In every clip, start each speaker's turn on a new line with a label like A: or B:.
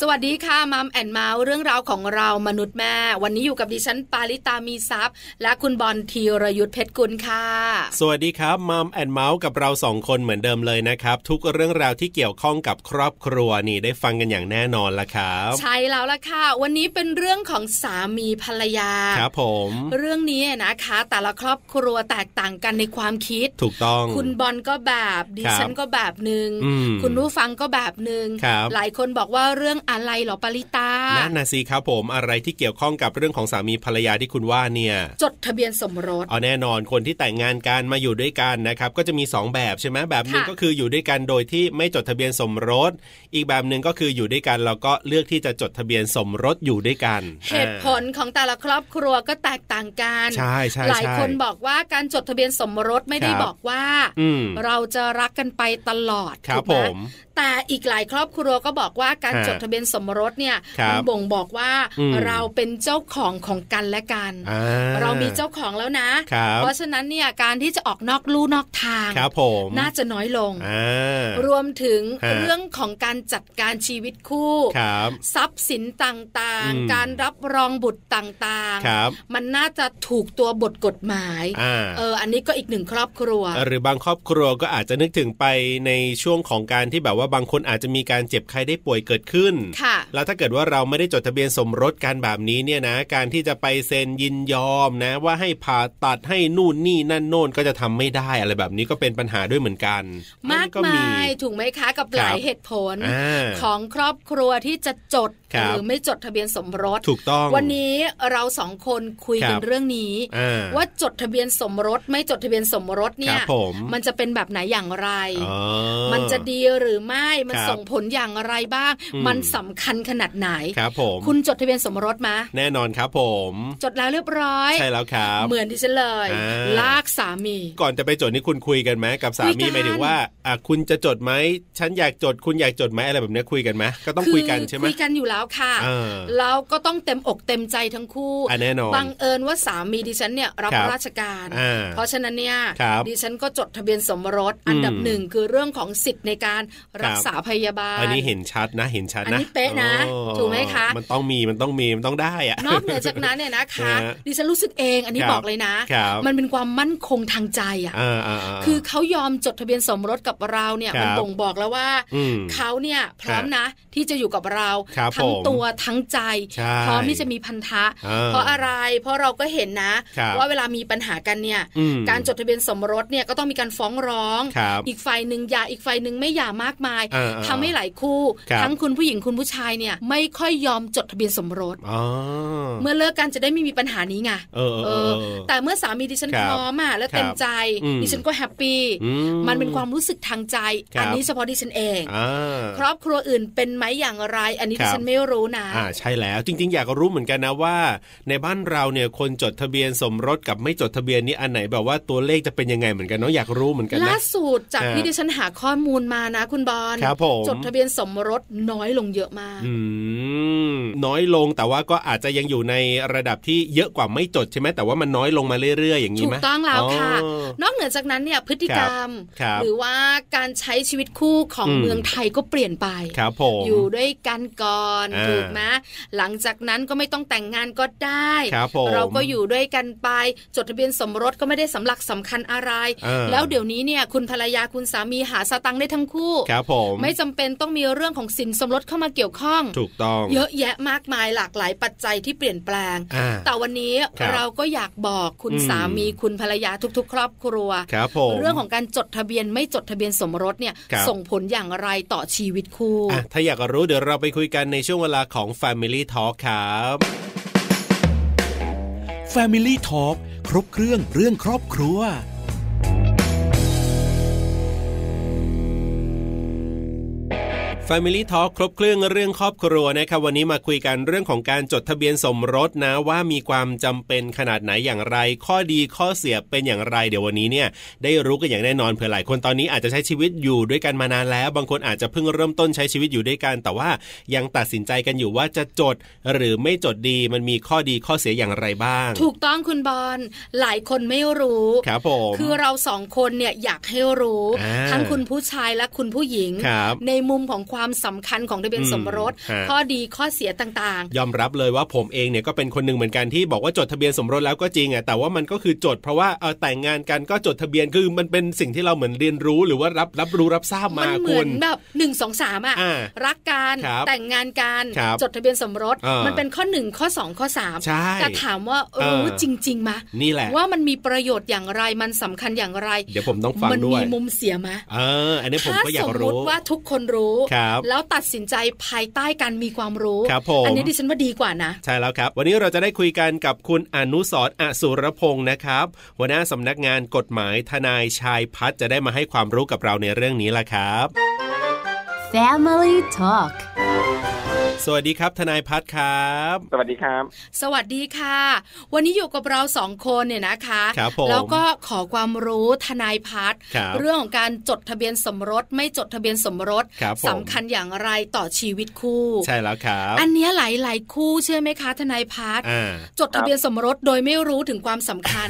A: สวัสดีค่ะมัมแอนเมาส์เรื่องราวของเรามนุษย์แม่ วันนี้อยู่กับดิฉันปาริตามีซัพย์ และคุณบอลธีรยุทธเพชรกุลค่ะ
B: สวัสดีครับมัมแอนเมาส์กับเราสองคนเหมือนเดิมเลยนะครับ ทุกเรื่องราวที่เกี่ยวข้องกับครอบครัวนี่ได้ฟังกันอย่างแน่นอนละครับ
A: ใช่แล้วล่ะค่ะ วันนี้เป็นเรื่องของสามีภรรยา
B: ครับผม
A: เรื่องนี้นะคะ แต่ละครอบครัวแตกต่างกันในความคิด
B: ถูกต้อง
A: คุณบอลก็แบบดิฉัน
B: ครับ
A: ก็แบบหนึ่ง
B: อืม
A: คุณผู้ฟังก็แบบหนึ่ง
B: ครับ
A: หลายคนบอกว่าเรื่องอะไรเหรอปาริตา
B: นั่นนะสิครับผมอะไรที่เกี่ยวข้องกับเรื่องของสามีภรรยาที่คุณว่าเนี่ย
A: จดทะเบียนสมรส
B: เอาแน่นอนคนที่แต่งงานกันมาอยู่ด้วยกันนะครับ ก็จะมี 2 แบบใช่ไหมแบบหนึ่ง
A: ค่ะ
B: ก็คืออยู่ด้วยกันโดยที่ไม่จดทะเบียนสมรส อีกแบบหนึ่งก็คืออยู่ด้วยกันเราก็เลือกที่จะจดทะเบียนสมรสอยู่ด้วยกัน
A: เหตุผล
B: อ่า
A: ของแต่ละครอบครัวก็แตกต่างกัน
B: ใช่ใช่
A: หลาย
B: ใช่
A: คนบอกว่าการจดทะเบียนสมรสไม่ได้
B: ครับ
A: บอกว่า
B: อืม
A: เราจะรักกันไปตลอด
B: ครับ
A: ถูกไห
B: ผม
A: แต่อีกหลายครอบครัวก็บอกว่าการ
B: ฮะ
A: จดทะเบียนสมรสเนี่ย
B: ครับ
A: มับ่งบอกว่า
B: อืม
A: เราเป็นเจ้าของของกันและกัน
B: อ่
A: เรามีเจ้าของแล้วนะ
B: ครับ
A: เพราะฉะนั้นเนี่ยการที่จะออกนอกลู่นอกทาง
B: ครับผม
A: น่าจะน้อยลง
B: อ่า
A: รวมถึง
B: ฮะ
A: เรื่องของการจัดการชีวิตคู่
B: ครับ
A: ทรัพย์สินต่าง
B: อืม
A: ๆ การรับรองบุตรต่าง
B: ครับ
A: ๆ มันน่าจะถูกตัวบทกฎหมาย
B: อ่า
A: เออ อันนี้ก็อีกหนึ่งครอบครัว
B: หรือบางครอบครัวก็อาจจะนึกถึงไปในช่วงของการที่แบบว่าบางคนอาจจะมีการเจ็บไข้ได้ป่วยเกิดขึ้น
A: ค่ะ
B: แล้วถ้าเกิดว่าเราไม่ได้จดทะเบียนสมรสกันแบบนี้เนี่ยนะ การที่จะไปเซ็นยินยอมนะ ว่าให้ผ่าตัดให้นู่นนี่นั่นโน่นก็จะทำไม่ได้อะไรแบบนี้ก็เป็นปัญหาด้วยเหมือนกัน
A: มาก
B: ก็
A: มายถูกไหมคะกับ
B: ครับ
A: หลายเหตุผล
B: อ่า
A: ของครอบครัวที่จะจด
B: ครั
A: ห
B: บ
A: รือไม่จดทะเบียนสมรส
B: ถูกต้อง
A: วันนี้เราสองคนคุยกั
B: คน รับ
A: เรื่องนี้
B: อ่า
A: ว่าจดทะเบียนสมรส ไม่จดทะเบียนสมรสเนี่
B: ค
A: ย
B: รับผม
A: นจะเป็นแบบไหนอย่างไร
B: อ๋อ
A: มันจะดีหรือไม่มัน
B: ครับ
A: ส่งผลอย่างไรบ้าง
B: อืม
A: มันสำคัญขนาดไหน
B: ครับผม
A: คุณจดทะเบียนสมรสมา
B: แน่นอนครับผม
A: จดแล้วเรียบร้อย
B: ใช่แล้วครับ
A: เหมือนที่ฉันเลย
B: อ่า
A: ลากสามี
B: ก่อนจะไปจดนี่คุณคุยกันไหมกับสา
A: คุยกั
B: มี
A: น
B: หมายถึงว่าอ่ะคุณจะจดไหมฉันอยากจดคุณอยากจดไหมอะไรแบบเนี้ยคุยกันไหมก็ต้องคุยกันใช่ไหม
A: คุยกันอยู่แล้วค่ะ
B: เออ
A: แล้วก็ต้องเต็มอกเต็มใจทั้งคู่
B: อ่ะแน่นอน
A: บังเอิญว่าสามีดิฉันเนี่ยรับ
B: ครับ
A: ราชการ
B: อ่า
A: เพราะฉะนั้นเนี่ย
B: ครับ
A: ดิฉันก็จดทะเบียนสมรสอันดับ
B: อืม
A: หนึ่งคือเรื่องของสิทธิ์ในการรัก
B: ครับ
A: ษาพยาบาล
B: อันนี้เห็นชัดนะเห็นชัด
A: อัน
B: นะ
A: นี้เป๊ะนะ
B: โอ้
A: ถูกไหมคะ
B: มันต้องมีมันต้องมีมันต้องได้อะ
A: นอกเหนือจากนั้นเนี่ยนะคะ
B: ฮะ
A: ดิฉันรู้สึกเองอันนี้
B: ครับ
A: บอกเลยนะ
B: ครับ
A: มันเป็นความมั่นคงทางใจอ่ะ
B: อ่าาา
A: คือเขายอมจดทะเบียนสมรสกับเราเนี่ย
B: ครับ
A: มันบ่งบอกแล้วว่า
B: อืม
A: เขาเนี่ยพร้อมนะที่จะอยู่กับเรา
B: ครับ
A: ทั้ง
B: ผม
A: ตัวทั้งใจ
B: ใช่
A: พร้อมที่จะมีพันธะ
B: อ่า
A: เพราะอะไร เพราะเราก็เห็นนะ
B: ครับ
A: ว่าเวลามีปัญหากันเนี่ย
B: อืม
A: การจดทะเบียนสมรสเนี่ยก็ต้องมีการฟ้องร้อง
B: ครับ
A: อีกฝ่ายหนึ่งหย่าอีกฝ่ายหนึ่งไม่หย่ามากมาย
B: อ่าๆ
A: ทำให้หลายคู่
B: ครับ
A: ทั้งคุณผู้หญิงคุณผู้ชายเนี่ยไม่ค่อยยอมจดทะเบียนสมรส
B: อ๋อ
A: เมื่อเลิกกันจะได้ไม่มีปัญหานี้ไง
B: เออเออเออ
A: เแต่เมื่อสามีดิฉัน
B: ครับ
A: พร้อมอ่ะและเต็มใจ
B: ครับอืม
A: ดิฉันก็แฮปปี้
B: อืม
A: มันเป็นความรู้สึกทางใจ
B: ครับ
A: อันี้เฉพาะดิฉันเอง
B: อ่า
A: ครอบครัวอื่นเป็นไหมอย่างไร อันนี้
B: ครั
A: ดิ
B: บ
A: ฉันไม่รู้นะ
B: อ่าใช่แล้วจริง ๆ อยากรู้เหมือนกันนะว่า ในบ้านเราเนี่ยคนจดทะเบียนสมรสกับไม่จดทะเบียนนี่อันไหนแบบว่าตัวเลขจะเป็นยังไงเหมือนกันเนาะอยากรู้เหมือนกัน
A: ล่า
B: นะ
A: สุดจาก
B: อ่า
A: ที่ดิฉันหาข้อมูลมานะ คุณบอล
B: ครับผม
A: จดทะเบียนสมรสน้อยลงเยอะมาก
B: อืมน้อยลงแต่ว่าก็อาจจะยังอยู่ในระดับที่เยอะกว่าไม่จดใช่ไหมแต่ว่ามันน้อยลงมาเรื่อยๆ อย่างนี้
A: ถู
B: ไหม
A: กต้องแล้วค่ะ
B: อ๋อ
A: นอกเหนือจากนั้นเนี่ยพฤติกรรม
B: ครับ
A: หรือว่าการใช้ชีวิตคู่ของ
B: อืม
A: เมืองไทยก็เปลี่ยนไป
B: ครับผม
A: อยู่ด้วยกันก่อน
B: อ่า
A: ถูกไหมหลังจากนั้นก็ไม่ต้องแต่งงานก็ได้
B: ครับผม
A: เราก็อยู่ด้วยกันไป จดทะเบียนสมรสก็ไม่ได้สำหลักสำคัญอะไร
B: อ่า
A: แล้วเดี๋ยวนี้เนี่ยคุณภรรยาคุณสามีหาสตังค์ได้ทั้งคู่
B: ครับผม
A: ไม่จำเป็นต้องมีเรื่องของสินสมรสเข้ามาเกี่ยวข้อง
B: ถูกต้อง
A: เยอะแยะมากมายหลากหลายปัจจัยที่เปลี่ยนแปลง
B: อ่า
A: แต่วันนี้
B: ครับ
A: เราก็อยากบอกคุณ
B: อืม
A: สามีคุณภรรยาทุก ๆ ครอบครัว
B: ครับผม
A: เรื่องของการจดทะเบียนไม่จดทะเบียนสมรสเนี่ย
B: ครับ
A: ส่งผลอย่างไรต่อชีวิตคู่
B: อ่ะถ้าอยากรู้เดี๋ยวเราไปคุยกันในช่วงเวลาของ Family Talk ครับ
C: Family Talk ครบเครื่องเรื่องครอบครัว
B: Family Talk ครบเครื่องเรื่องครอบครัวนะครับวันนี้มาคุยกันเรื่องของการจดทะเบียนสมรสนะว่ามีความจำเป็นขนาดไหนอย่างไร ข้อดีข้อเสียเป็นอย่างไรเดี๋ยววันนี้เนี่ยได้รู้กันอย่างแน่นอนเผื่อหลายคนตอนนี้อาจจะใช้ชีวิตอยู่ด้วยกันมานานแล้ว บางคนอาจจะเพิ่งเริ่มต้นใช้ชีวิตอยู่ด้วยกัน แต่ว่ายังตัดสินใจกันอยู่ว่าจะจดหรือไม่จดดีมันมีข้อดีข้อเสียอย่างไรบ้าง
A: ถูกต้องคุณบอลหลายคนไม่รู้
B: ครับผม
A: คือเราสองคนเนี่ยอยากให้รู้
B: อ่า
A: ทั้งคุณผู้ชายและคุณผู้หญิง
B: ครับ
A: ในมุมของความสำคัญของทะเบียนสมรส
B: อืมฮะ
A: ข้อดีข้อเสียต่าง
B: ยอมรับเลยว่าผมเองเนี่ยก็เป็นคนหนึ่งเหมือนกันที่บอกว่าจดทะเบียนสมรสแล้วก็จริงอ่ะแต่ว่ามันก็คือจดเพราะว่าเออแต่งงานกันก็จดทะเบียนคือมันเป็นสิ่งที่เราเหมือนเรียนรู้หรือว่ารับรับรู้รับทราบ
A: ๆ
B: มา
A: มัเหมื
B: คุ
A: อน
B: ณ
A: แบบหนึ่งสองสามอ่ะ
B: อ่า
A: รักกัน
B: ครับ
A: แต่งงานกัน
B: ครับ
A: จดทะเบียนสมรส
B: อ่ามั
A: มันเป็นข้อหนึ่งข้อสองข้อสาม
B: ใช่
A: แต่ถามว่าเอ
B: เอ
A: อ
B: อ
A: จริงๆมะ
B: นี่แหละ
A: ว่ามันมีประโยชน์อย่างไรมันสำคัญอย่างไร
B: เดี๋ยวผมต้องฟัง
A: มั
B: ด้วย
A: มีมุมเสียมะ
B: เอออันนี้ผม
A: ถ้า
B: ก็อยา
A: ส
B: ก
A: มม
B: รู้
A: ติว่าทุกคนรู้
B: ครับ
A: แล้วตัดสินใจภายใต้การมีความรู้
B: ครับผม
A: อันี้ดิฉันว่าดีกว่านะ
B: ใช่แล้วครับ วันนี้เราจะได้คุยกันกับคุณอนุสรณ์อสุรพงศ์นะครับหัวหน้าสำนักงานกฎหมายทนายชายพัฒน์จะได้มาให้ความรู้กับเราในเรื่องนี้ละครับ
D: Family Talk
B: สวัสดีครับทนายพัฒน์ครับ
E: สวัสดีครับ
A: สวัสดีค่ะ วันนี้อยู่กับเราสองคนเนี่ยนะคะ
B: ครับผม
A: แล้วก็ขอความรู้ทนายพัฒน์
B: ครับ
A: เรื่องของการจดทะเบียนสมรส ไม่จดทะเบียนสมรส
B: ครับผม
A: สำคัญอย่างไรต่อชีวิตคู่
B: ใช่แล้วครับ
A: อันเนี้ยหลายๆคู่เชื่อไหมคะ ทนายพัฒน์
B: อ่า
A: จดทะเบียนสมรสโดยไม่รู้ถึงความสำคัญ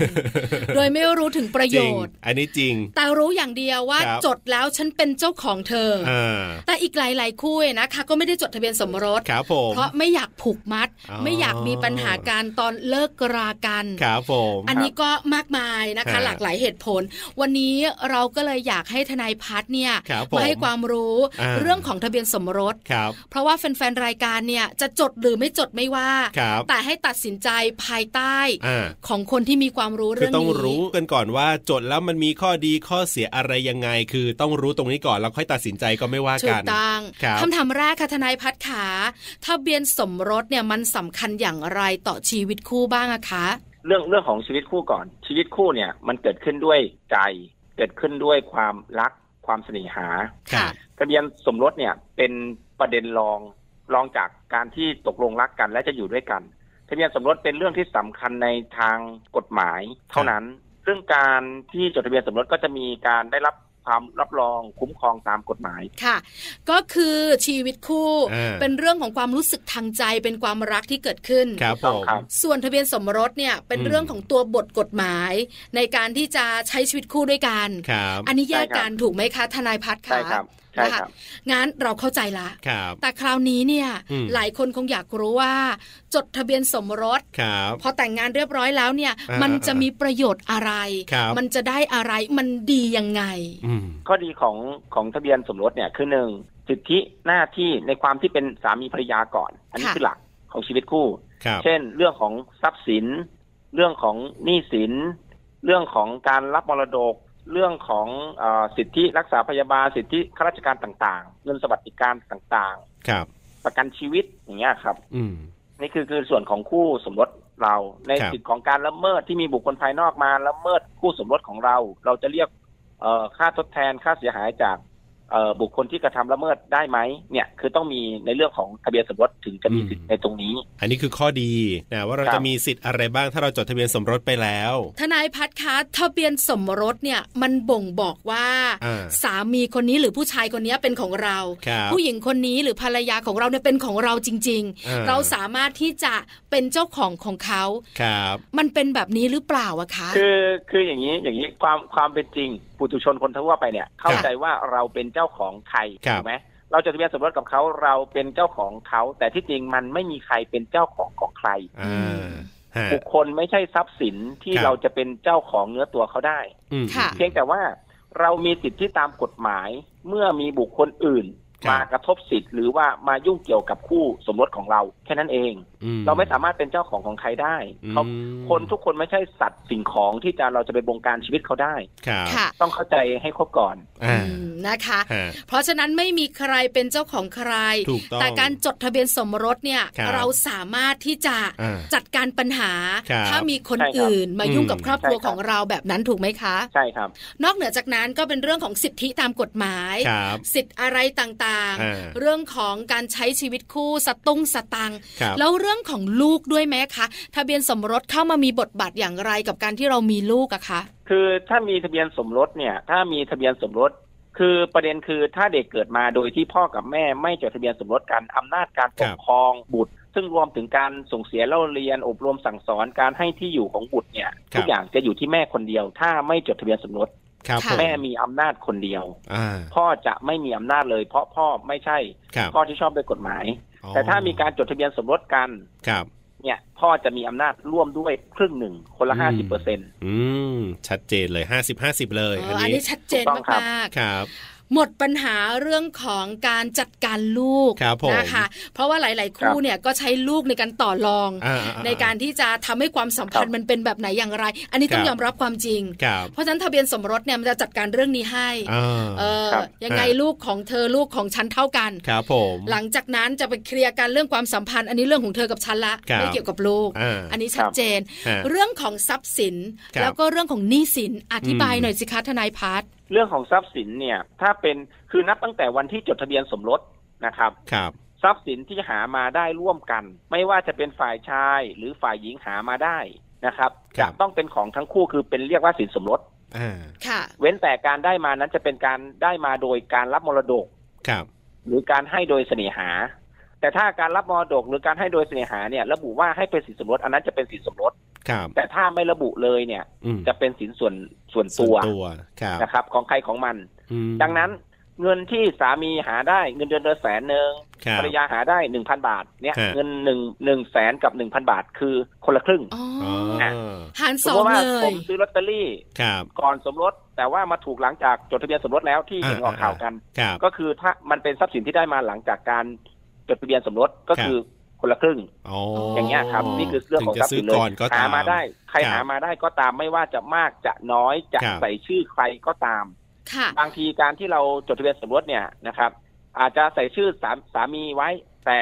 A: โดยไม่รู้ถึงประ
B: จ
A: โย
B: ริง
A: ชน์
B: อันนี้จริง
A: แต่รู้อย่างเดียวว่า
B: ครับ
A: จดแล้วฉันเป็นเจ้าของเธอ
B: อ่า
A: แต่อีกหลาย ๆ คู่เนี่ยนะคะก็ไม่ได้จดทะเบียนสมรส
B: ครับผม
A: เพราะไม่อยากผูกมัด
B: อ๋อ
A: ไม่อยากมีปัญหาการตอนเลิกรากัน
B: ครับผม
A: อันนี้ก็มากมายนะ
B: ครั
A: คะ
B: บ
A: หลากหลายเหตุผล วันนี้เราก็เลยอยากให้ทนายพัฒน์เนี่ย
B: ครับผม
A: มาให้ความรู้
B: อ่า
A: เรื่องของทะเบียนสมรส
B: ครับ
A: เพราะว่าแฟน ๆ รายการเนี่ยจะจดหรือไม่จดไม่ว่า
B: ครับ
A: แต่ให้ตัดสินใจภายใต้
B: อ่า
A: ของคนที่มีความรู้
B: คือ
A: เรื่อง
B: ต้อง
A: นี้
B: รู้กันก่อนว่าจดแล้วมันมีข้อดีข้อเสียอะไรยังไง คือต้องรู้ตรงนี้ก่อนแล้วค่อยตัดสินใจก็ไม่ว่า
A: ถู
B: กั
A: ก
B: น
A: ต้อง
B: ครับ
A: คำถามแรกค่ะทนายพัฒน์ขาทะเบียนสมรสเนี่ยมันสำคัญอย่างไรต่อชีวิตคู่บ้างอะคะ
E: เรื่องเรื่องของชีวิตคู่ก่อน ชีวิตคู่เนี่ยมันเกิดขึ้นด้วยใจ เกิดขึ้นด้วยความรักความเสน่หา
B: ครับ
E: ทะเบียนสมรสเนี่ยเป็นประเด็นรองรองจากการที่ตกลงรักกันและจะอยู่ด้วยกัน ทะเบียนสมรสเป็นเรื่องที่สำคัญในทางกฎหมายเท่านั้น ซึ่งการที่จดทะเบียนสมรสก็จะมีการได้รับความรับรองคุ้มครองตามกฎหมาย
A: ค่ะ ก็คือชีวิตคู่
B: อ่า
A: เป็นเรื่องของความรู้สึกทางใจเป็นความรักที่เกิดขึ้น
B: ครับผ
E: ต้อง
B: ม
E: ครับ
A: ส่วนทะเบียนสมรสเนี่ยเป็น
B: อืม
A: เรื่องของตัวบทกฎหมาย ในการที่จะใช้ชีวิตคู่ด้วยกัน
B: ครับ
A: อันนี้แยก
E: ใช่ครับ
A: กันถูกไหมคะ ทนายพัฒน์
E: ใช่
A: คะ
E: ครับใช่ครับ
A: งั้นเราเข้าใจละ
B: ครับ
A: แต่คราวนี้เนี่ย
B: อืม
A: หลายคนคงอยากรู้ว่า จดทะเบียนสมรส
B: ครับ
A: พอแต่งงานเรียบร้อยแล้วเนี่ย
B: อ่า
A: มันจะมีประโยชน์อะไร
B: ครับ
A: มันจะได้อะไรมันดียังไง
B: อืม
E: ข้อดีของของทะเบียนสมรสเนี่ยคือหนึ่งสิทธิหน้าที่ในความที่เป็นสามีภรรยาก่อน อันนี้
A: ค่ะ
E: คือหลักของชีวิตคู่
B: ครับ
E: เช่น เรื่องของทรัพย์สิน เรื่องของหนี้สิน เรื่องของการรับมรดก เรื่องของเออสิทธิรักษาพยาบาลสิทธิข้าราชการต่างๆ เงินสวัสดิการต่าง
B: ครับ
E: ๆ ประกันชีวิตอย่างเงี้ยครับ
B: อืม
E: นี่คือคือส่วนของคู่สมรสเรา ใน
B: ครับ
E: สิทธิของการละเมิดที่มีบุคคลภายนอกมาละเมิดคู่สมรสของเรา เราจะเรียกเอ่อค่าทดแทนค่าเสียหายจากเอ่อบุคคลที่กระทำละเมิดได้ไหมเนี่ยคือต้องมีในเรื่องของทะเบียนสมรสถึงจะมีสิทธิ์ในตรงนี้
B: อันนี้คือข้อดีนะว่าเรา
E: ครับ
B: จะมีสิทธิ์อะไรบ้างถ้าเราจดทะเบียนสมรสไปแล้ว
A: ทนายพัฒน์คะทะเบียนสมรสเนี่ยมันบ่งบอกว่า
B: อ่า
A: สามีคนนี้หรือผู้ชายคนนี้เป็นของเรา
B: ครับ
A: ผู้หญิงคนนี้หรือภรรยาของเราเนี่ยเป็นของเราจริง
B: อ่า
A: ๆ เราสามารถที่จะเป็นเจ้าของของเขา
B: ครับ
A: มันเป็นแบบนี้หรือเปล่าอะคะ
E: คือคืออย่างนี้อย่างนี้ความความเป็นจริงปุถุชนคนทั่วไปเนี่ยเข้าใจว่าเราเป็นเจ้าของใคร
B: ครับ
E: ถูกไหมเราจดทะเบียนสมรสกับเขาเราเป็นเจ้าของเขา แต่ที่จริงมันไม่มีใครเป็นเจ้าของของใคร
B: อ่าฮะ
E: บุคคลไม่ใช่ทรัพย์สินที่
B: ครับ
E: เราจะเป็นเจ้าของเนื้อตัวเขาได้
B: อืม
A: ค่ะ
E: เพียงแต่ว่าเรามีสิทธิตามกฎหมายเมื่อมีบุคคลอื่น
B: ครับ
E: มากระทบสิทธิ์หรือว่ามายุ่งเกี่ยวกับคู่สมรสของเรา แค่นั้นเอง
B: อื
E: เราไม่สามารถเป็นเจ้าของของใครได้เขา
B: อืม
E: คนทุกคนไม่ใช่สัตว์สิ่งของที่จะเราจะไปบงการชีวิตเขาได้
B: ครับ
A: ค่ะ
E: ต้องเข้าใจให้ครบก่อน
B: อ่า
A: อืมนะคะ
B: ฮะ
A: เพราะฉะนั้นไม่มีใครเป็นเจ้าของใคร
B: ถูกต้อง
A: แต่การจดทะเบียนสมรสเนี่ย
B: ครับ
A: เราสามารถที่จะ
B: อ่า
A: จัดการปัญหา
B: ครับ
A: ถ้ามีคน
E: ใช่ครับ
A: อื่นมายุ่งกับ
B: อืม
A: ครอบครัว
E: ใช่ครั
A: ข
E: บ
A: องเราแบบนั้นถูกไหมคะ
E: ใช่ครับ
A: นอกเหนือจากนั้นก็เป็นเรื่องของสิทธิตามกฎหมาย
B: ครับ
A: สิทธิอะไรต่ ต่าง
B: อ่า
A: ๆ เรื่องของการใช้ชีวิตคู่สตุ้งสตังค์
B: ครับ
A: แล้วเรื่องของลูกด้วยไหมคะทะเบียนสมรสเข้ามามีบทบาทอย่างไรกับการที่เรามีลูกอะคะ
E: คือถ้ามีทะเบียนสมรสเนี่ย ถ้ามีทะเบียนสมรส คือประเด็นคือถ้าเด็กเกิดมาโดยที่พ่อกับแม่ไม่จดทะเบียนสมรสกันอำนาจการป
B: ค
E: ก
B: รับ
E: ครองบุตร ซึ่งรวมถึงการส่งเสียเล่าเรียนอบรมสั่งสอนการให้ที่อยู่ของบุตรเนี่ยทุกอย่างจะอยู่ที่แม่คนเดียว ถ้าไม่จดทะเบียนสมรส
B: ครับ
A: ค่ะ
B: ผ
E: แม่มีอำนาจคนเดียว
B: อ่า
E: พ่อจะไม่มีอำนาจเลย เพราะพ่อไม่ใช่
B: ครับ
E: พ่อที่ชอบด้วยกฎหมาย
B: อ๋อ
E: แต่ถ้ามีการจดทะเบียนสมรสกัน
B: ครับ
E: เนี่ยพ่อจะมีอำนาจร่วมด้วยครึ่งหนึ่งคนละ
B: อืม
E: ห้าสิบเปอร์เซ็นต์
B: อืมชัดเจนเลย 50 50 เลย
A: เอ
B: อัน
A: ออัน
B: นี้
A: นี้ชัดเจน
E: ถูกต้องครับ
A: มากๆ
B: ครับ
A: หมดปัญหาเรื่องของการจัดการลูก
B: ครับผม
A: นะคะ เพราะว่าหลาย ๆ คู่เนี่ยก็ใช้ลูกในการต่อรอง
B: อ่าอ่อ่
A: ในการที่จะทำให้ความสัมพันธ์มันเป็นแบบไหนอย่างไร อันนี้ต้อง
B: ครับ
A: ยอมรับความจริง
B: ครับ
A: เพราะฉะนั้นทะเบียนสมรสเนี่ยมันจะจัดการเรื่องนี้ให้
B: อ่า
A: เออ
E: ครับ
A: ยังไงลูกของเธอลูกของฉันเท่ากัน
B: ครับผม
A: หลังจากนั้นจะไปเคลียร์กันเรื่องความสัมพันธ์ อันนี้เรื่องของเธอกับฉันละ
B: ครับ
A: ไม่เกี่ยวกับลูก
B: อ่า
A: อันนี้ชัดเจน
B: ฮะ
A: เรื่องของทรัพย์สิน
B: ครับ
A: แล้วก็เรื่องของหนี้สินอธิบาย
B: อืม
A: หน่อยสิคะทนายพัฒน์
E: เรื่องของทรัพย์สินเนี่ยถ้าเป็นคือนับตั้งแต่วันที่จดทะเบียนสมรสนะครับ
B: ครับ
E: ทรัพย์สินที่หามาได้ร่วมกัน ไม่ว่าจะเป็นฝ่ายชายหรือฝ่ายหญิงหามาได้นะครับจะต้องเป็นของทั้งคู่คือเป็นเรียกว่าสินสมรส
B: อ่า
A: ค่ะ
E: เว้นแต่การได้มานั้นจะเป็นการได้มาโดยการรับมรดก
B: ครับ
E: หรือการให้โดยเสน่หา แต่ถ้าการรับมรดกหรือการให้โดยเสน่หาเนี่ยระบุว่าให้เป็นสินสมรสอันนั้นจะเป็นสินสมรส
B: ครับ
E: แต่ถ้าไม่ระบุเลยเนี่ย
B: อืม
E: จะเป็นสินส่วนส่วน
B: ส่
E: ตัว
B: ตัวครับ
E: นะครับ ของใครของมัน
B: อืม
E: ดังนั้นเงินที่สามีหาได้เงินเดือนเดือนแสนหนึ่ง
B: ครับ
E: ภรรยาหาได้หนึ่งพันบาทเนี่ย
B: ฮะ
E: เงินหนึ่งหนึ่งแสนกับหนึ่งพันบาทคือคนละครึ่ง
A: อ๋อ
B: อ๋อ
A: อหาร
E: ส
A: ส
E: ม
A: อง
E: มติว่า
A: เล
E: ผ
A: ย
E: มซื้อลอตเตอรี่
B: ครับ
E: ก่อนสมรส แต่ว่ามาถูกหลังจากจดทะเบียนสมรสแล้วที่เห็นออกข่าวกัน
B: ครับ
E: ก็คือถ้ามันเป็นทรัพย์สินที่ได้มาหลังจากการจดทะเบียนสมรสก็
B: ครับ
E: คือคนละครึ่ง
B: อ๋อ
E: อ
B: อย่าง
E: เงี้ยครับนี่คือเรื่องของ
B: ถึ
E: ทรั
B: จะ
E: พย์
B: ซื้อ
E: สิ
B: น
E: เล
B: ก่อน
E: ย
B: ก็ตา
E: หาม มาได้ใคร
B: ครับ
E: หามาได้ก็ตามไม่ว่าจะมากจะน้อยจะ
B: ครับ
E: ใส่ชื่อใครก็ตาม
A: ค่ะ
E: บางทีการที่เราจดทะเบียนสมรสเนี่ยนะครับ อาจจะใส่ชื่อสามสามีไว้ แต่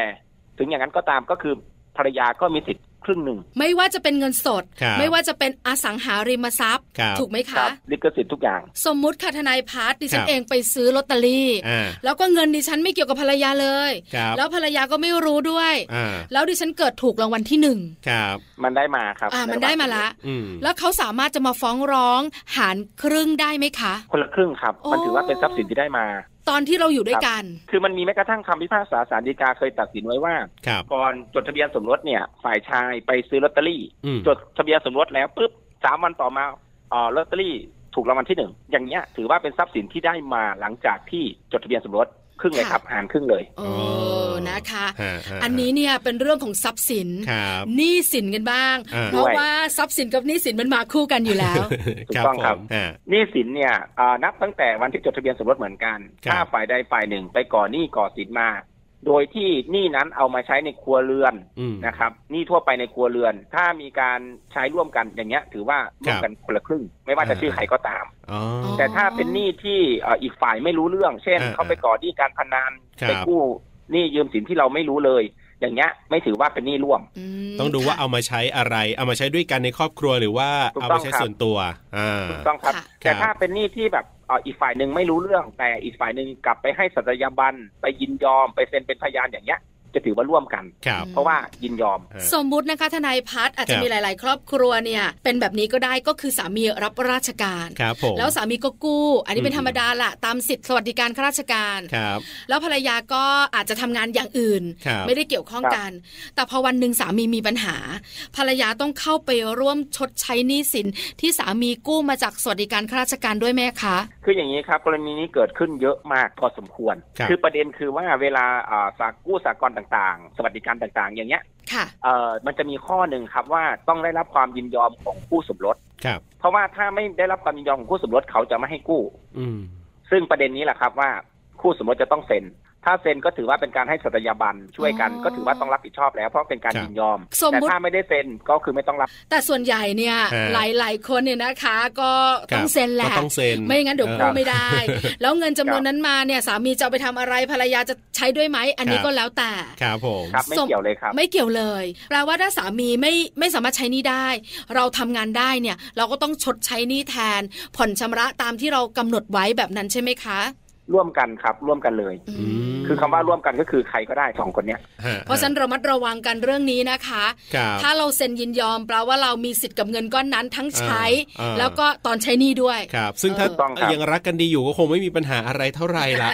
E: ถึงอย่างนั้นก็ตามก็คือภรรยาก็มีสิทธิ์ครึ่งหนึ่ง
A: ไม่ว่าจะเป็นเงินสด
B: ครับ
A: ไม่ว่าจะเป็นอสังหาริมทรัพย์
B: ครับ
A: ถูกไหม
E: ค
A: คะ
E: รับลิขสิทธิ์ทุกอย่าง
A: สมมุติค่ะทนายพัฒน์ดิฉั
B: คน รับ
A: เองไปซื้อลอตเตอรี่
B: อ่า
A: แล้วก็เงินดิฉันไม่เกี่ยวกับภรรยาเลย
B: ครับ
A: แล้วภรรยาก็ไม่รู้ด้วย
B: อ่า
A: แล้วดิฉันเกิดถูกรางวัลที่หนึ่ง
B: ครับ
E: มันได้มาครับ
A: อ่า
E: ใน
A: มัน
E: ระหว่
A: ได้
E: ง
A: มาละ
B: อืม
A: แล้วเขาสามารถจะมาฟ้องร้องหารครึ่งได้ไหมคะ
E: คนละครึ่งครับ
A: โอ้
E: มันถือว่าเป็นทรัพย์สินที่ได้มา
A: ตอนที่เราอยู่ด้วยกัน
E: คือมันมีแม้กระทั่งคำพิพากษาสารดีกาเคยตัดสินไว้ว่า
B: ครับ
E: ก่อนจดทะเบียนสมรสเนี่ย ฝ่ายชายไปซื้อลอตเตอรี่
B: อืม
E: จดทะเบียนสมรสแล้วปุ๊บสามวันต่อมาเอ่อลอตเตอรี่ถูกรางวัลที่หนึ่งอย่างเงี้ยถือว่าเป็นทรัพย์สินที่ได้มาหลังจากที่จดทะเบียนสมรสครึ่งเลยครับหารครึ่งเลย
A: โอ้นะคะ
B: ฮฮะ
A: อันนี้เนี่ยเป็นเรื่องของทรัพย์สิน
B: ครับ
A: หนี้สินกันบ้าง
B: อ่า
A: เพราะว่าทรัพย์สินกับหนี้สินมันมาคู่กันอยู่แล้ว
E: ถูกต้องครับ
B: ผมอ่า
E: หนี้สินเนี่ยเอ่อนับตั้งแต่วันที่จดทะเบียนสมรสเหมือนกัน
B: ครับ
E: ถ้าฝ่ายใดฝ่ายหนึ่งไปก่อหนี้ก่อสินมา โดยที่หนี้นั้นเอามาใช้ในครัวเรือน
B: อืม
E: นะครับหนี้ทั่วไปในครัวเรือน ถ้ามีการใช้ร่วมกันอย่างเงี้ย ถือว่าร่วมกันคนละครึ่ง ไม่ว่าจะชื่อใครก็ตาม
B: อ๋อ
E: แต่ถ้าเป็นหนี้ที่เอ่ออีกฝ่ายไม่รู้เรื่อง เช่น
B: อ่า
E: เขาไปก่อหนี้การพนัน
B: ครับ
E: ไปกู้หนี้ยืมสินที่เราไม่รู้เลย อย่างเงี้ยไม่ถือว่าเป็นหนี้ร่วม
A: ม
B: ต้องดูว่าเอามาใช้อะไร เอามาใช้ด้วยกันในครอบครัวหรือว่า
E: ถูก
B: เอา
E: ต้
B: มา
E: อง
B: ใช้
E: ครับ
B: ส่วนตัว อ่า
E: ถูกต้องครับ
A: ค่ะ
E: แต่
B: ครับ
E: ถ้าเป็นหนี้ที่แบบเอ่ออีกฝ่ายหนึ่งไม่รู้เรื่อง แต่อีกฝ่ายหนึ่งกลับไปให้สัตยาบันไปยินยอมไปเซ็นเป็นพยานอย่างเงี้ย จะถือว่าร่วมกัน
B: ครับ
E: เพราะว่ายินยอม
B: อ่า
A: สมมุตินะคะทนายพัฒน์อาจจะ
B: ครับ
A: มีหลาย ๆ ครอบครัวเนี่ย เป็นแบบนี้ก็ได้ก็คือสามีรับราชการ
B: ครับผม
A: แล้วสามีก็กู้ อันนี้เป็น
B: อืม
A: ธรรมดาละตามสิทธิสวัสดิการข้าราชการ
B: ครับ
A: แล้วภรรยาก็อาจจะทำงานอย่างอื่น
B: ครับ
A: ไม่ได้เกี่ยวข้อง
E: ครับ
A: กัน แต่พอวันหนึ่งสามีมีปัญหา ภรรยาต้องเข้าไปร่วมชดใช้หนี้สินที่สามีกู้มาจากสวัสดิการข้าราชการด้วยไหมคะ
E: คืออย่างนี้ครับกรณีนี้เกิดขึ้นเยอะมากพอสมควร
B: ครับ
E: อประเด็นคือว่าเวลาอ่าสากู้สากลต่างๆ สวัสดิการต่างๆ อย่างเงี้ย
A: ค่ะ
E: เอ่อมันจะมีข้อหนึ่งครับว่าต้องได้รับความยินยอมของคู่สมรส
B: ครับ
E: เพราะว่าถ้าไม่ได้รับความยินยอมของคู่สมรสเขาจะไม่ให้กู้
B: อืม
E: ซึ่งประเด็นนี้แหละครับว่าคู่สมรสจะต้องเซ็น ถ้าเซ็นก็ถือว่าเป็นการให้สัตยาบันช่วยกัน
A: อ๋อ
E: ก็ถือว่าต้องรับผิดชอบแล้วเพราะเป็นการ
B: ครับ
E: ยินยอม
A: สมมุ
E: แต่
A: ติ
E: ถ้าไม่ได้เซ็นก็คือไม่ต้องรับ
A: แต่ส่วนใหญ่เนี่ย
B: ฮะ
A: หลาย ๆ คนเนี่ยนะคะ ก็
B: ค
A: ต้
B: รั
A: อง
B: บ
A: เซ็นแห
B: ก็
A: ละ
B: ต้องเซ็น
A: ไม่งั้นเดี๋ยว
B: ออ
A: กู้ไม่ได้ แล้วเงินจำนวน
E: ครับ
A: นั้นมาเนี่ยสามีจะเอาไปทำอะไรภรรยาจะใช้ด้วยไหม อันนี้
B: ครับ
A: ก็แล้วแต่
B: ครับผม
E: ครับไม่
A: สม
E: เกี่ยวเลยครับ
A: ไม่เกี่ยวเลย แปลว่าถ้าสามีไม่ไม่สามารถใช้หนี้ได้ เราทำงานได้เนี่ย เราก็ต้องชดใช้หนี้แทน ผ่อนชำระตามที่เรากำหนดไว้แบบนั้นใช่ไหมคะ
E: ร่วมกันครับ ร่วมกันเลย
A: อื
B: อื
A: ม
B: ม
E: คือคำว่าร่วมกันก็คือใครก็ได้สองคนเนี้ย
B: ฮ
A: เพราะฉะนั้นระมัดระวังกันเรื่องนี้นะคะ
B: ครับ
A: ถ้าเราเซ็นยินยอมแปลว่าเรามีสิทธิ์กับเงินก้อนนั้นทั้งใช้
B: อ่า
A: แล้วก็ตอนใช้หนี้ ด้วย
B: ครับ ซึ่งถ้า
A: ถูกต้องครับ
B: ยังรักกันดีอยู่ก็คงไม่มีปัญหาอะไรเท่าไหร่ละ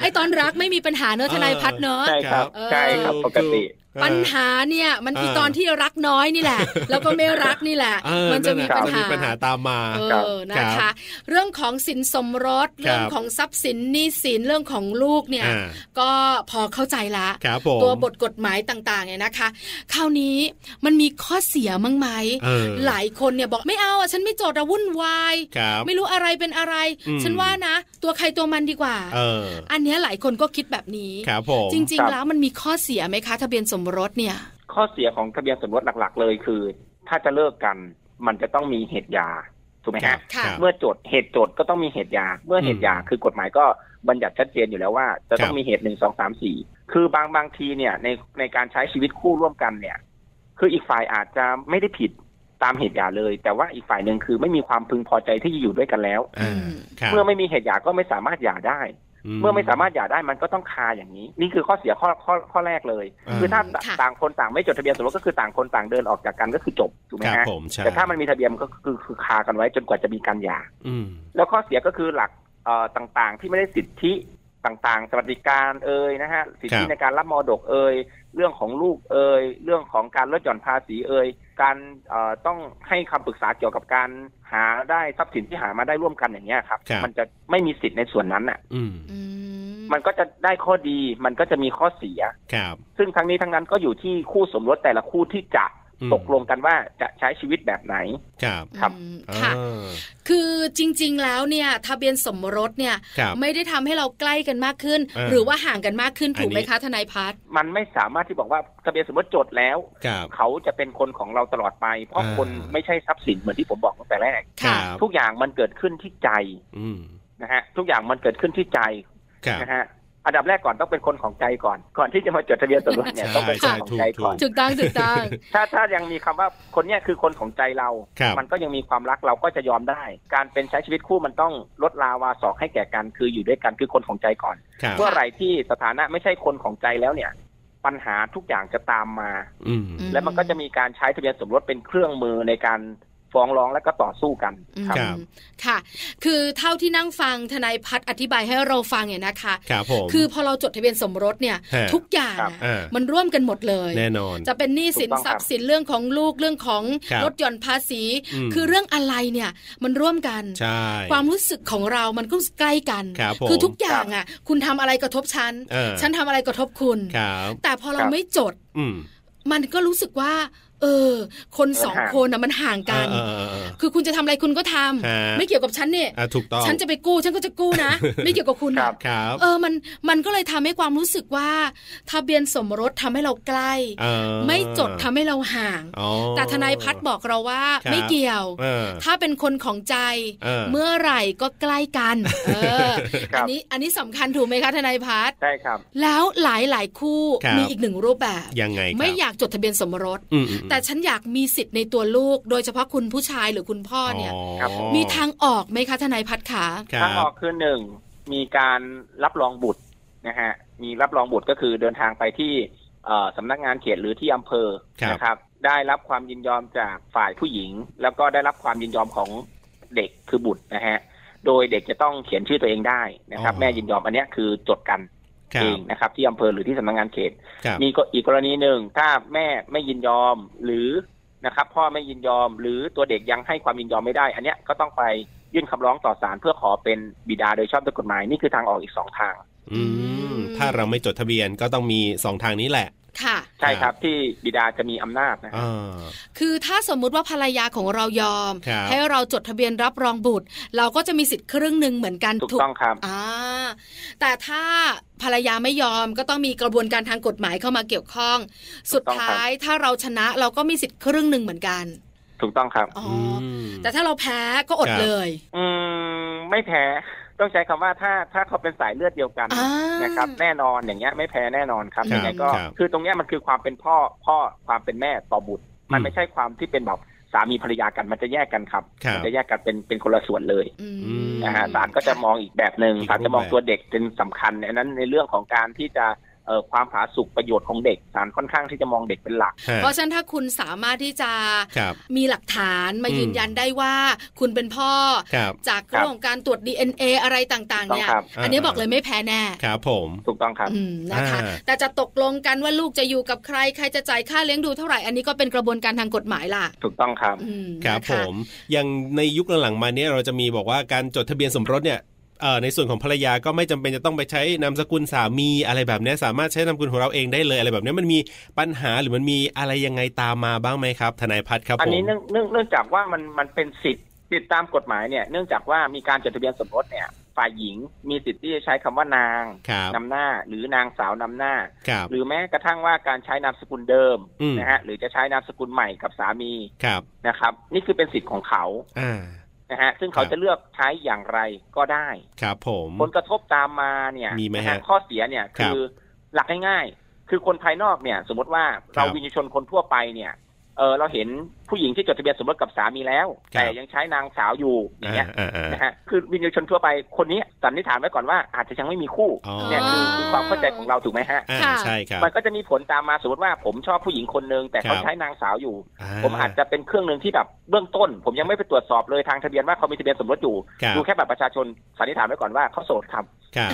A: ไอ้ตอนรักไม่มีปัญหาเนอะทนายพัฒน์เนอะ
E: ใช่ครับ
A: เออ
E: ใช่ครับปกติ
A: ปัญหาเนี่ยมันคือ
B: เออ
A: ตอนที่รักน้อยนี่แหละ แล้วก็ไม่รักนี่แหละ
B: เออ
A: มันจะมี
B: แหล
A: ปัญ
B: จะ
A: หา
B: มีปัญหาตามมา
A: เอ
E: ครับ
A: อนะ
B: ครั
A: คะ
B: บ
A: เรื่องของสินสมรส
B: ครับ
A: เรื่องของทรัพย์สินหนี้สินเรื่องของลูกเนี่ย
B: อ่า
A: ก็พอเข้าใจละ
B: ครับผม
A: ตัวบทกฎหมายต่างๆเนี่ยนะคะ คราวนี้มันมีข้อเสียมั้งไหม
B: เออ
A: หลายคนเนี่ยบอกไม่เอาอ่ะฉันไม่โจทย์ระวุ่นวาย
B: ครับ
A: ไม่รู้อะไรเป็นอะไร
B: อืม
A: ฉันว่านะ ตัวใครตัวมันดีกว่า
B: เออ
A: อันเนี้ยหลายคนก็คิดแบบนี้
B: ครับผม
A: จริง ๆ แล้วมันมีข้อเสียไหมคะ ทะเบียนสมรสเนี่ย
E: ข้อเสียของทะเบียนสมรสหลักๆ เลยคือ ถ้าจะเลิกกัน มันจะต้องมีเหตุหยาถูกไหม
B: ครั
E: ฮะ
B: บ
A: ค่ะ
B: ครับ
E: เมื่อโจทย์เหตุโจทย์ก็ต้องมีเหตุยา เมื่อเหตุยา
B: อืม
E: คือกฎหมายก็บัญญัติชัดเจนอยู่แล้วว่า จะต้
B: ครั
E: อง
B: บ
E: มีเหตุหนึ่งสองสามสี่คือบางบางทีเนี่ยในในการใช้ชีวิตคู่ร่วมกันเนี่ย คืออีกฝ่ายอาจจะไม่ได้ผิดตามเหตุยาเลย แต่ว่าอีกฝ่ายหนึ่งคือไม่มีความพึงพอใจที่จะอยู่ด้วยกันแล้ว
B: อ่าครับ
E: เมื่อไม่มีเหตุยาก็ไม่สามารถหย่าได้ เมื่อไม่สามารถหย่าได้มันก็ต้องคาอย่างนี้ นี่คือข้อเสียข้อข้อข้อแรกเลย
B: า
E: คือถ้า
A: ค่ะ
E: ต่างคนต่างไม่จดทะเบียนสมรสก็คือต่างคนต่างเดินออกจากกันก็คือจบถูกไหม
B: ครับ
E: ฮะ
B: ผมใช่
E: แต่ถ้ามันมีทะเบียนมันก็คือคือคากันไว้จนกว่าจะมีการหย่า
B: อืม
E: แล้วข้อเสียก็คือหลักเอ่อต่างๆ ที่ไม่ได้สิทธิต่างๆ สวัสดิการเอ่ยนะฮะสิทธิ
B: ครับ
E: ในการรับมรดกเอ่ยเรื่องของลูกเอ่ยเรื่องของการลดหย่อนภาษีเอ่ยการเอ่อต้องให้คำปรึกษาเกี่ยวกับการหาได้ทรัพย์สินที่หามาได้ร่วมกันอย่างเงี้ยครับ
B: ครับ
E: มันจะไม่มีสิทธิ์ในส่วนนั้นอ่ะ
B: อืม
A: อืม
E: มันก็จะได้ข้อดีมันก็จะมีข้อเสีย
B: ครับ
E: ซึ่งทั้งนี้ทั้งนั้นก็อยู่ที่คู่สมรสแต่ละคู่ที่จะ
B: อืม
E: ตกลงกันว่าจะใช้ชีวิตแบบไหน
B: ครับ
E: ครับ
A: อืมค่ะ
B: อ่า
A: คือจริง ๆ แล้วเนี่ยทะเบียนสมรสเนี่ย
B: ครับ
A: ไม่ได้ทำให้เราใกล้กันมากขึ้น
B: เออ
A: หรือว่าห่างกันมากขึ้น
B: อันนี้
A: ถูกไหมคะทนายพัฒน์
E: มันไม่สามารถที่บอกว่าทะเบียนสมรสจดแล้ว
B: ครับ
E: เขาจะเป็นคนของเราตลอดไป เพราะ
B: อ่า
E: คนไม่ใช่ทรัพย์สินเหมือนที่ผมบอกตั้งแต่แรก
A: ค่ะ
B: ครับ
E: ทุกอย่างมันเกิดขึ้นที่ใจ
B: อืม
E: นะฮะทุกอย่างมันเกิดขึ้นที่ใจ
B: ครับ
E: นะฮะอันดับแรกก่อนต้องเป็นคนของใจก่อน ก่อนที่จะมาจดทะเบียนสมรสเนี่ยต้องเป็นค
B: ใช่
E: น
B: ใช่
E: ของ
B: ถูก
E: ใจ
B: ถู
E: ก่อก น
A: ถูกต้องถูกต้อง
E: ถ้าถ้ายังมีคำว่าคนเนี้ยคือคนของใจเรา
B: ครับ
E: มันก็ยังมีความรักเราก็จะยอมได้ การเป็นใช้ชีวิตคู่มันต้องลดลาวาสอกให้แก่กันคืออยู่ด้วยกันคือคนของใจก่อน
B: ครับ
E: เมื่อไหร่ที่สถานะไม่ใช่คนของใจแล้วเนี่ย ปัญหาทุกอย่างจะตามมา
B: อืม
A: อื
E: และมันก็จะมีการใช้ทะเบียนสมรสเป็นเครื่องมือในการฟ้องร้องและก็ต่อสู้กันครับ
B: ครั
A: อื
B: บ
A: มค่ะ คือเท่าที่นั่งฟังทนายพัฒน์อธิบายให้เราฟังเนี่ยนะคะ
B: ครับผม
A: คือพอเราจดทะเบียนสมรสเนี่ย
B: ฮะ
A: ทุกอย่าง
E: ครับ
A: อะ
B: อ่า
A: มันร่วมกันหมดเลย
B: แน่นอน
A: จะเป็นหนี้สิน
E: ถูกต้อง
A: ท
E: ค
A: รั
E: รับ
A: พย์สินเรื่องของลูกเรื่องของ
B: ครับ
A: ลดหย่อนภาษี
B: อืม
A: คือเรื่องอะไรเนี่ยมันร่วมกัน
B: ใช่
A: ความรู้สึกของเรามันก็ใกล้กัน
B: ครับผม
A: คือทุกอย่างอ่ะ คุณทำอะไรกระทบฉัน
B: เออ
A: ฉันทำอะไรกระทบคุณ
B: ครับ
A: แต่พอเรา
E: ครับ
A: ไม่จด
B: อืม
A: มันก็รู้สึกว่า เออ คน
E: มัน
A: สอง
E: ห่าง
A: คนน่ะมันห่างกัน
B: เออเออเออ
A: คือคุณจะทำอะไรคุณก็ทำ
B: ฮะ
A: ไม่เกี่ยวกับฉันเนี่ย
B: อ่ะถูกต้อง
A: ฉันจะไปกู้ฉันก็จะกู้นะ ไม่เกี่ยวกับคุณ
E: ค
A: นะ
E: รับ
B: ครับ
A: เออมันมันก็เลยทำให้ความรู้สึกว่า ทะเบียนสมรสทำให้เราใกล้
B: เออ
A: ไม่จดทำให้เราห่าง
B: อ๋อ
A: แต่ทนายพัฒน์บอกเราว่า
B: ครับ
A: ไม่เกี่ยว
B: เออ
A: ถ้าเป็นคนของใจ
B: เออ
A: เมื่อไหร่ก็ใกล้กัน เออ
E: ครั
A: อั
E: บ
A: นนี้อันนี้สำคัญถูกไหมคะทนายพัฒน์
E: ใช่ครับ
A: แล้วหลายหลายๆคู่
B: ครับ
A: มีอีกหนึ่งรูปแบบ
B: ยังไงครับ
A: ไม่อยากจดทะเบียนสมรส
B: อืมอืมอืม
A: แต่ฉันอยากมีสิทธิ์ในตัวลูก โดยเฉพาะคุณผู้ชายหรือคุณพ่อเนี่ย
B: อ๋อ
E: ครับ
A: มีทางออกไหมคะทนายพัฒน์ขา
B: ค
E: ทา
B: รั
E: งออบ กคือหนึ่งมีการรับรองบุตรนะฮะมีรับรองบุตรก็คือเดินทางไปที่เอ่อสำนักงานเขตหรือที่อำเภอ
B: ครับ
E: นะครับ ได้รับความยินยอมจากฝ่ายผู้หญิง แล้วก็ได้รับความยินยอมของเด็กคือบุตรนะฮะโดยเด็กจะต้องเขียนชื่อตัวเองได้นะครับ แม่ยินยอมอันเนี้ยคือจดกัน
B: ครั
E: เอบ งนะครับ ที่อำเภอหรือที่สำนักงานเขต
B: ครับ
E: มีก็อีกกรณีหนึ่งถ้าแม่ไม่ยินยอมหรือนะครับพ่อไม่ยินยอม หรือตัวเด็กยังให้ความยินยอมไม่ได้ อันเนี้ยก็ต้องไปยื่นคำร้องต่อศาลเพื่อขอเป็นบิดาโดยชอบด้วยกฎหมายนี่คือทางออกอีกสองทาง
B: อืมถ้าเราไม่จดทะเบียนก็ต้องมีสองทางนี้แหละ
A: ค่ะ
E: ใช่
B: ค
E: ค
B: รั
E: รับ บที่บิดาจะมีอำนาจนะฮะ
B: อ่า
A: คือถ้าสมมุติว่าภรรยาของเรายอม
B: ครับ
A: ให้เราจดทะเบียนรับรองบุตร เราก็จะมีสิทธิ์ครึ่งหนึ่งเหมือนกัน
E: ถูกต้องครับ
A: อ่าแต่ถ้าภรรยาไม่ยอมก็ต้องมีกระบวนการทางกฎหมายเข้ามาเกี่ยวข้อง สุดท้ายถ้าเราชนะเราก็มีสิทธิ์ครึ่งหนึ่งเหมือนกัน
E: ถูกต้องครับ
A: อ๋ออ
B: ม
A: แต่ถ้าเราแพ้ก็อด
B: ครับ
A: เลย
E: อืมไม่แพ้ต้องใช้คำว่าถ้าถ้าเขาเป็นสายเลือดเดียวกัน
A: อ่า
E: นะครับ แน่นอนอย่างเงี้ยไม่แพ้แน่นอนครับ
B: ครับ
E: ยังไงก็
B: ครับ
E: คือตรงเนี้ยมันคือความเป็นพ่อพ่อความเป็นแม่ต่อบุตร มั
B: อื
E: น
B: ม
E: ไม่ใช่ความที่เป็นแบบ สามีภรรยากันมันจะแยกกันครับ
B: ครับ
E: มัจะแยกกันเป็นเป็นคนละส่วนเลย
A: อืม
B: อืม
E: นะฮะศาลก็จะมองอีกแบบหนึ่ง
B: อีก
E: ศาลจะมอง
B: รูปแบบ
E: ตัวเด็กเป็นสำคัญอันนั้นในเรื่องของการที่จะเอ่อความผาสุกประโยชน์ของเด็กศาลค่อนข้างที่จะมองเด็กเป็นหลัก
B: ฮะ
A: เพราะฉะนั้นถ้าคุณสามารถที่จะ
B: ครับ
A: มีหลักฐานมา
B: อืม
A: ยืนยันได้ว่าคุณเป็นพ่อ
B: ครับ
A: จากเรื่องของการตรวจ DNA อะไรต่างๆ เนี่ย
E: ต้องครับ
A: อันนี้
B: อ่า
A: บอกเลยไม่แพ้แน่
B: ครับผม
E: ถูกต้องครับ
A: อืมนะคะ
B: อ่า
A: แต่จะตกลงกันว่าลูกจะอยู่กับใคร ใครจะจ่ายค่าเลี้ยงดูเท่าไหร่ อันนี้ก็เป็นกระบวนการทางกฎหมายล่ะ
E: ถูกต้องครับ
A: อืม
B: ครับ
A: นะ
B: ผ
A: คะ
B: มอย่างในยุคหลังๆมาเนี่ยเราจะมีบอกว่าการจดทะเบียนสมรสเนี่ยเอ่อในส่วนของภรรยาก็ไม่จำเป็นจะต้องไปใช้นามสกุลสามีอะไรแบบเนี้ยสามารถใช้นามสกุลของเราเองได้เลยอะไรแบบเนี้ยมันมีปัญหาหรือมันมีอะไรยังไงตามมาบ้างไหมครับ ทนายพัฒน์ครับ
E: อัน
B: ผม
E: นี้เนื่องเนื่องเนื่องจากว่ามันมันเป็นสิทธิ์ติดตามกฎหมายเนี่ยเนื่องจากว่ามีการจดทะเบียนสมรสเนี่ยฝ่ายหญิงมีสิทธิ์ที่จะใช้คำว่านาง
B: ครับ
E: นำหน้าหรือนางสาวนำหน้า
B: ครับ
E: หรือแม้กระทั่งว่าการใช้นามสกุลเดิม
B: อืม
E: นะฮะหรือจะใช้นามสกุลใหม่กับสามี
B: ครับ
E: นะครับ นี่คือเป็นสิทธิ์ของเขา
B: อ่า
E: นะฮะซึ่งเขา
B: ครับ
E: จะเลือกใช้อย่างไรก็ได้
B: ครับผม
E: ผลกระทบตามมาเนี่ย
B: มีไหม
E: นะ
B: ฮะ
E: ฮะข้อเสียเนี่ย
B: ครับ
E: คือหลักง่ายๆ คือคนภายนอกเนี่ย สมมติว่าเรา
B: ครับ
E: วิญญาชนคนทั่วไปเนี่ยเออเราเห็นผู้หญิงที่จดทะเบียนสมรสกับสามีแล้ว
B: ครับ
E: แต่ยังใช้นางสาวอยู่อย่างเงี้ย
B: อ่าอ่า
E: นะฮะคือวิญญาชนทั่วไปคนนี้สันนิษฐานไว้ก่อนว่าอาจจะยังไม่มีคู่
B: อ๋อ
E: เนี่ยคือคือความเข้าใจของเราถูกไหมฮะ
B: อ่า
A: ค่ะ
B: ใช่ครับ
E: มันก็จะมีผลตามมาสมมติว่าผมชอบผู้หญิงคนนึงแต่เขา
B: ครับ
E: ใช้นางสาวอยู่ ผมอาจจะเป็นเครื่องหนึ่งที่แบบเบื้องต้น ผมยังไม่ไปตรวจสอบเลยทางทะเบียนว่าเขามีทะเบียนสมรสอยู่
B: ครับ
E: ดูแค่บัตรประชาชนสันนิษฐานไว้ก่อนว่าเขาโสดครับ
B: ครับ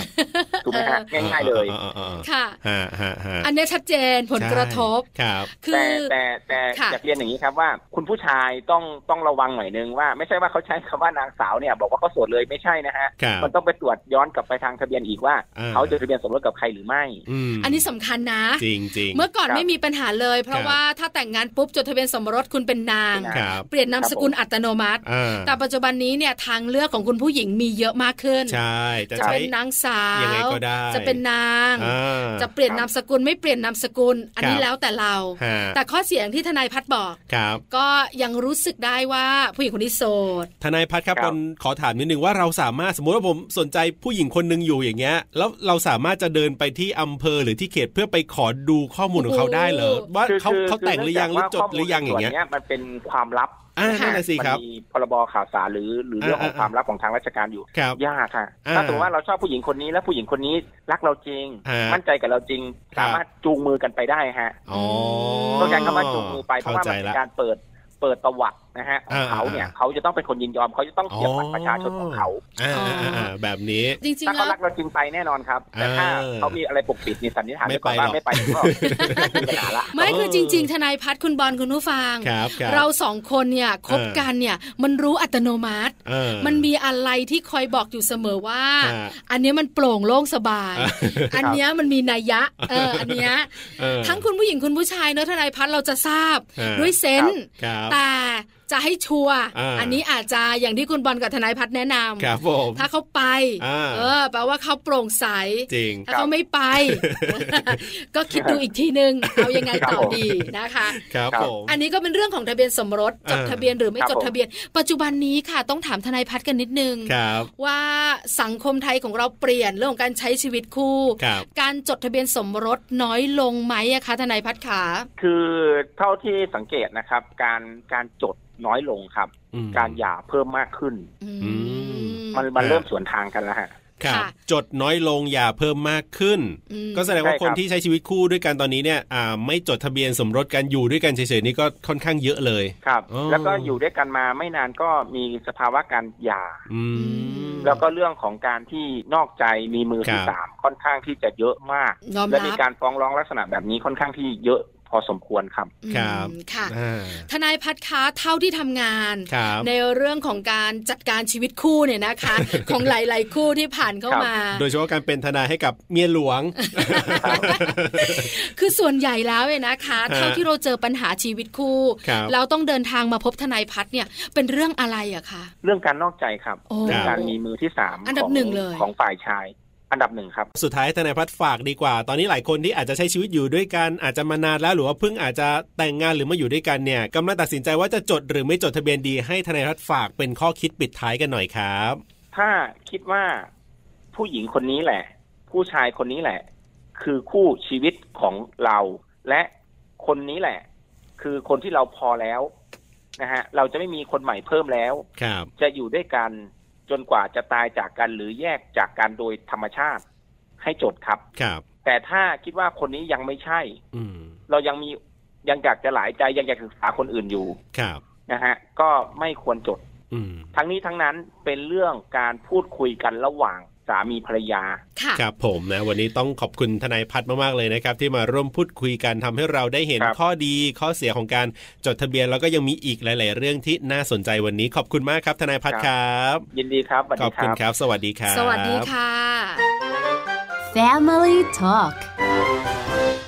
E: ถูกไหมฮะ
B: อ่
E: ง่ายๆเลย
B: อ่าอ่าอ่า
A: ค่ะ
B: ฮะฮะฮะ
A: อันเนี้ยชัดเจนผลกระทบ
B: ใช่ครับ
A: คื
E: แต่
A: อ
E: แต่แต่
A: ค่ะ
E: อยากเรียนอย่างนี้ครับว่า คุณผู้ชายต้องต้องระวังหน่อยนึงว่าไม่ใช่ว่าเขาใช้คำว่านางสาวเนี่ยบอกว่าเขาโสดเลยไม่ใช่นะฮะ
B: ครับ
E: มันต้องไปตรวจย้อนกลับไปทางทะเบียนอีกว่า
B: อ่า
E: เขาจดทะเบียนสมรสกับใครหรือไม่
B: อืม
A: อันนี้สำคัญนะ
B: จริงจริง
A: เมื่อก่อน
E: ครับ
A: ไม่มีปัญหาเลย เพราะ
B: ครับ
A: ว่าถ้าแต่งงานปุ๊บจดทะเบียนสมรสคุณเป็นนาง
E: เป็นนาง
B: ครับ
A: เปลี่ยนนามสกุล
E: ครับผม
A: อัตโนมัติ
B: อ่า
A: แต่ปัจจุบันนี้เนี่ยทางเลือกของคุณผู้หญิงมีเยอะมากขึ้น
B: ใช่จะ
A: จะ
B: ใช้
A: เป็นนางสาว
B: ยังไงก็ได้
A: จะเป็นนาง
B: อ่า
A: จะเปลี่ยน
E: ครับ
A: นามสกุลไม่เปลี่ยนนามสกุล อันนี้
B: ครับ
A: แล้วแต่เรา
B: ฮะ
A: แต่ข้อเสียงที่ทนายพัฒน์บอก
B: ครับ
A: ก็ยังรู้สึกได้ว่าผู้หญิงคนนี้โสด
B: ทนายพัฒน์ครับ
E: ครับ
B: ผมขอถามนิดนึงว่าเราสามารถสมมติว่าผมสนใจผู้หญิงคนหนึ่งอยู่อย่างเงี้ย แล้วเราสามารถจะเดินไปที่อำเภอหรือที่เขตเพื่อไปขอดูข้อมูลของเขาได้เหรอ
A: โอ้โห
B: ว่า
E: คือ
B: เขา
E: คือ
B: เขาแต่งหรือยังหรือจดหรือยังอย่างเงี้ย
E: ส่วนมันเป็นความลับ
B: อ่านั่นแหะสิครับ
E: มันมีพรบข่าวสารหรือหรือเรื่องของ
B: อ่าๆ
E: ความลับของทางราชการอยู่
B: ครับ
E: ยากค่ะ
B: อ่า
E: ถ้าสมมติว่าเราชอบผู้หญิงคนนี้และผู้หญิงคนนี้รักเราจริง
B: อ่ามั่
E: มั่นใจกับเราจริง
B: ครับ
E: สามารถจูงมือกันไปได้ฮะ
B: อ๋อ
E: ต้องใช้คำว่าจูงมือไปเพ
B: เข้า
E: ราะว่า
B: ใจ
E: มันเป็น
B: ละ
E: การเปิดเปิดประวัตินะฮะของ
B: อ่า
E: เขาเนี่ย
B: อ่า
E: เขาจะต้องเป็นคนยินยอมเขาจะต้องเสียบัตรประชาชนของเขา
B: อ่าอ่าอ่าแบบนี้
A: จริง
E: ถ้า
A: ๆ
E: เขา
A: แล้ว
E: รักเราจริงไปแน่นอนครับ แต่ถ้า
B: อ่า
E: เขามีอะไรปกปิดนี่สันนิษฐานว้ก่อนว่า
B: ไม่
E: ไม่
B: ไป
E: ไป
B: หรอก
E: ก็ไม่มีปัญหา ละ
A: ไม่คือจริง ๆ ทนายพัฒน์คุณบอลคุณผู้ฟัง
B: ครับคบ
A: เราสองคนเนี่ยคบ
B: เออ
A: กันเนี่ยมันรู้อัตโนมัติ
B: เออ
A: มันมีอะไรที่คอยบอกอยู่เสมอว่า
B: ฮะ
A: อันเนี้ยมันโปร่งโล่งสบาย
B: อ่ะ
A: อันเนี้ยมันมีนัยยะเอออันเนี้ย
B: เออ
A: ทั้งคุณผู้หญิงคุณผู้ชายเนอะทนายพัฒน์เราจะทราบ
B: ฮะ
A: ด้วยเซนส์
B: ครับ
A: แต่จะให้ชัวร์
B: อ่า
A: อันนี้อาจจะอย่างที่คุณบอลกับทนายพัฒน์แนะนำ
B: ครับผม
A: ถ้าเขาไป
B: อ่า
A: เออแปลว่าเขาโปร่งใส
B: จริง
A: ถ้าเขาไม่ไป ก็คิดดูอีกทีนึง เอายังไงต่อ
E: ครับผม
A: ดีนะคะ
B: ครับ
E: ครับ
B: ผม
A: อันนี้ก็เป็นเรื่องของทะเบียนสมรสจด
B: เออ
A: ทะเบียนหรือไม่
E: ครับ
A: จดทะเบียน ปัจจุบันนี้ค่ะ ต้องถามทนายพัฒน์กันนิดนึง
B: ครับ
A: ว่าสังคมไทยของเราเปลี่ยนเรื่องของการใช้ชีวิตคู่
B: ครับ
A: การจดทะเบียนสมรสน้อยลงไหมอะคะทนายพัฒน์ขา
E: คือเท่าที่สังเกตนะครับ การการจดน้อยลงครับ
B: อืม
E: การหย่าเพิ่มมากขึ้น
A: อืม
E: มันมัน
B: อ่า
E: เริ่มสวนทางกันแล้วฮะ
B: ครับ
A: ค่ะ
B: จดน้อยลงอย่าเพิ่มมากขึ้น
A: อืม
B: ก็แสดงว่า
E: ใช่
B: คน
E: ครับ
B: ที่ใช้ชีวิตคู่ด้วยกันตอนนี้เนี่ยอ่าไม่จดทะเบียนสมรสกันอยู่ด้วยกันเฉยๆนี่ก็ค่อนข้างเยอะเลย
E: ครับ
B: อ๋อ
E: แล้วก็อยู่ด้วยกันมาไม่นานก็มีสภาวะการหย่า
B: อืม
E: แล้วก็เรื่องของการที่นอกใจมีมือที่
B: ครับ
E: สามค่อนข้างที่จะเยอะมาก
A: ยอมรับ
E: และมีการฟ้องร้องลักษณะแบบนี้ค่อนข้างที่เยอะพอสมควรครับ
B: ครับ
A: อืมค่ะ
B: อ่า
A: ทนายพัฒน์คะเท่าที่ทำงาน
B: ครับ
A: ในเรื่องของการจัดการชีวิตคู่เนี่ยนะคะ ของหลาย ๆ คู่ที่ผ่านเข้า
E: ครับ
A: มา
B: โดยเฉพาะการเป็นทนายให้กับเมียหลวง
A: คือส่วนใหญ่แล้วเนี่ยนะคะ เท่าที่เราเจอปัญหาชีวิตคู่
B: ครับ
A: เราต้องเดินทางมาพบทนายพัฒน์เนี่ยเป็นเรื่องอะไรอะคะ
E: เรื่องการนอกใจครับ
A: โอ้
E: เรื่องการมีมือที่สาม
A: อันดับ
E: ข
A: หนึ่งเลย
E: ของฝ่ายชาย อันดับหนึ่งครับ
B: สุดท้ายทนายพัฒน์ฝากดีกว่า ตอนนี้หลายคนที่อาจจะใช้ชีวิตอยู่ด้วยกันอาจจะมานานแล้วหรือว่าเพิ่งอาจจะแต่งงานหรือมาอยู่ด้วยกันเนี่ยกำลังตัดสินใจว่าจะจดหรือไม่จดทะเบียนดีให้ทนายพัฒน์ฝากเป็นข้อคิดปิดท้ายกันหน่อยครับ
E: ถ้าคิดว่าผู้หญิงคนนี้แหละ ผู้ชายคนนี้แหละ คือคู่ชีวิตของเรา และคนนี้แหละ คือคนที่เราพอแล้ว นะฮะเราจะไม่มีคนใหม่เพิ่มแล้ว
B: ครับ
E: จะอยู่ด้วยกันจนกว่าจะตายจากกันหรือแยกจากกันโดยธรรมชาติให้โจทย์ครับ
B: ครับ
E: แต่ถ้าคิดว่าคนนี้ยังไม่ใช่
B: อืม
E: เรายังมียังอยากจะหลายใจยังอยากศึกษาคนอื่นอยู่
B: ครับ
E: นะฮะก็ไม่ควรจด
B: อืม
E: ทั้งนี้ทั้งนั้นเป็นเรื่องการพูดคุยกันระหว่างสามีภรรยา
A: ค่ะ
B: ครับผมนะวันนี้ต้องขอบคุณทนายพัฒน์มากๆเลยนะครับ ที่มาร่วมพูดคุยกันทำให้เราได้เห็น
E: ครับ
B: ข้อดีข้อเสียของการจดทะเบียนแล้วก็ยังมีอีกหลาย ๆ เรื่องที่น่าสนใจวันนี้ขอบคุณมากครับ ทนายพัฒน์ครับ
E: ยินดีครับสวัส
B: ขอ
E: ดี
B: บ
E: ค
B: คุณ
E: รับ
B: ครับ สวัสดีครับ
A: สวัสดีค่ะ
D: Family Talk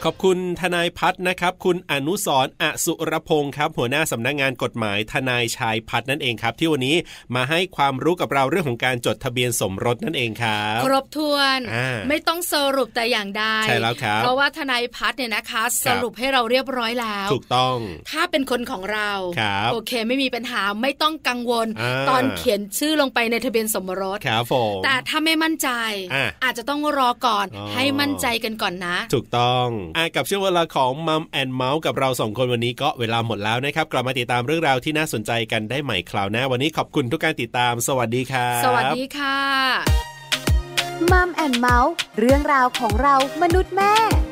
B: ขอบคุณทนายพัฒน์นะครับ คุณอนุสรณ์อสุรพงศ์ครับ หัวหน้าสำนักงานกฎหมายทนายชายพัฒน์นั่นเองครับ ที่วันนี้มาให้ความรู้กับเราเรื่องของการจดทะเบียนสมรสนั่นเองครับ
A: ครบถ้วน
B: อ่า
A: ไม่ต้องสรุปแต่อย่างใด
B: ใช่แล้วครับ
A: เพราะว่าทนายพัฒน์เนี่ยนะคะ
B: ค
A: ส
B: รับ
A: รุปให้เราเรียบร้อยแล้ว
B: ถูกต้อง
A: ถ้าเป็นคนของเรา
B: ครับ
A: โอเค ไม่มีปัญหาไม่ต้องกังวล
B: อ่า
A: ตอนเขียนชื่อลงไปในทะเบียนสมรส
B: ครับผม
A: แต่ถ้าไม่มั่นใจ
B: อ่ะ
A: อาจจะต้องรอก่อน
B: อ๋อ
A: ให้มั่นใจกันก่อนนะ
B: ถูกต้องอะกับช่วงเวลาของมัมแอนเมาส์กับเราสองคนวันนี้ก็เวลาหมดแล้วนะครับ กลับมาติดตามเรื่องราวที่น่าสนใจกันได้ใหม่คราวหน้า วันนี้ขอบคุณทุกการติดตาม สวัสดีครับ
A: สวัสดีค่ะ
D: มัมแอนเมาส์เรื่องราวของเรามนุษย์แม่